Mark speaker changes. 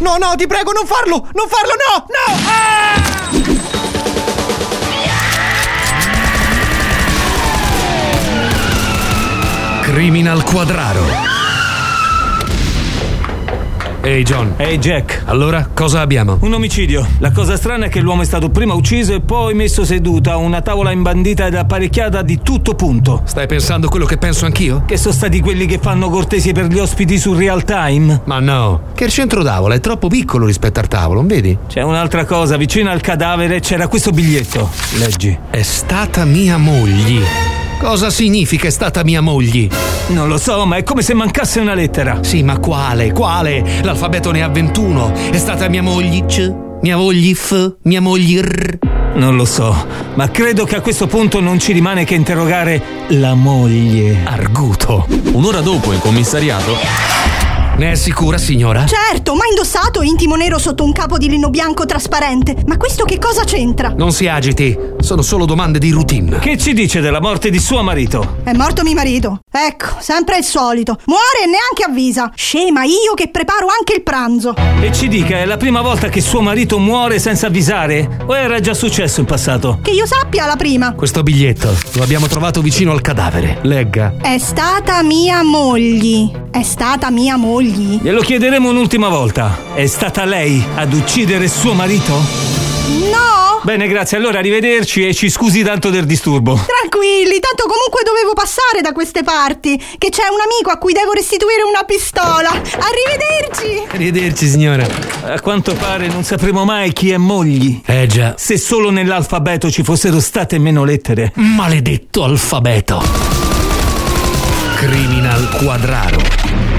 Speaker 1: No, no, ti prego, non farlo! Non farlo, no! No! Ah!
Speaker 2: Criminal Quadraro. Ehi John,
Speaker 3: Ehi Jack,
Speaker 2: allora cosa abbiamo?
Speaker 3: un omicidio. La cosa strana è che l'uomo è stato prima ucciso e poi messo seduto a una tavola imbandita ed apparecchiata di tutto punto.
Speaker 2: Stai pensando quello che penso anch'io?
Speaker 3: Che sono stati quelli che fanno cortesie per gli ospiti su real time.
Speaker 2: Ma no, che il centro tavola è troppo piccolo rispetto al tavolo, non vedi?
Speaker 3: C'è un'altra cosa, vicino al cadavere c'era questo biglietto. Leggi.
Speaker 2: È stata mia moglie. Cosa significa è stata mia moglie?
Speaker 3: Non lo so, ma è come se mancasse una lettera.
Speaker 2: Sì, ma quale? Quale? L'alfabeto ne ha 21. È stata mia moglie C, mia moglie F, mia moglie R.
Speaker 3: Non lo so, ma credo che a questo punto non ci rimane che interrogare la moglie.
Speaker 2: Arguto.
Speaker 4: Un'ora dopo il commissariato,
Speaker 2: Ne è sicura, signora?
Speaker 5: Certo, ma indossato intimo nero sotto un capo di lino bianco trasparente. Ma questo che cosa c'entra?
Speaker 2: Non si agiti, sono solo domande di routine.
Speaker 3: Che ci dice della morte di suo marito?
Speaker 5: È morto mio marito. Ecco, sempre il solito. Muore e neanche avvisa. Scema io che preparo anche il pranzo.
Speaker 3: E ci dica, è la prima volta che suo marito muore senza avvisare? O era già successo in passato?
Speaker 5: Che io sappia la prima.
Speaker 2: Questo biglietto lo abbiamo trovato vicino al cadavere. Legga.
Speaker 5: È stata mia moglie. È stata mia moglie.
Speaker 3: Glielo chiederemo un'ultima volta. È stata lei ad uccidere suo marito?
Speaker 5: No!
Speaker 3: Bene, grazie. Allora, arrivederci e ci scusi tanto del disturbo.
Speaker 5: Tranquilli, tanto comunque dovevo passare da queste parti. Che c'è un amico a cui devo restituire una pistola. Arrivederci!
Speaker 2: Arrivederci, signora.
Speaker 3: A quanto pare non sapremo mai chi è mogli.
Speaker 2: Eh già.
Speaker 3: Se solo nell'alfabeto ci fossero state meno lettere.
Speaker 2: Maledetto alfabeto. Criminal Quadraro.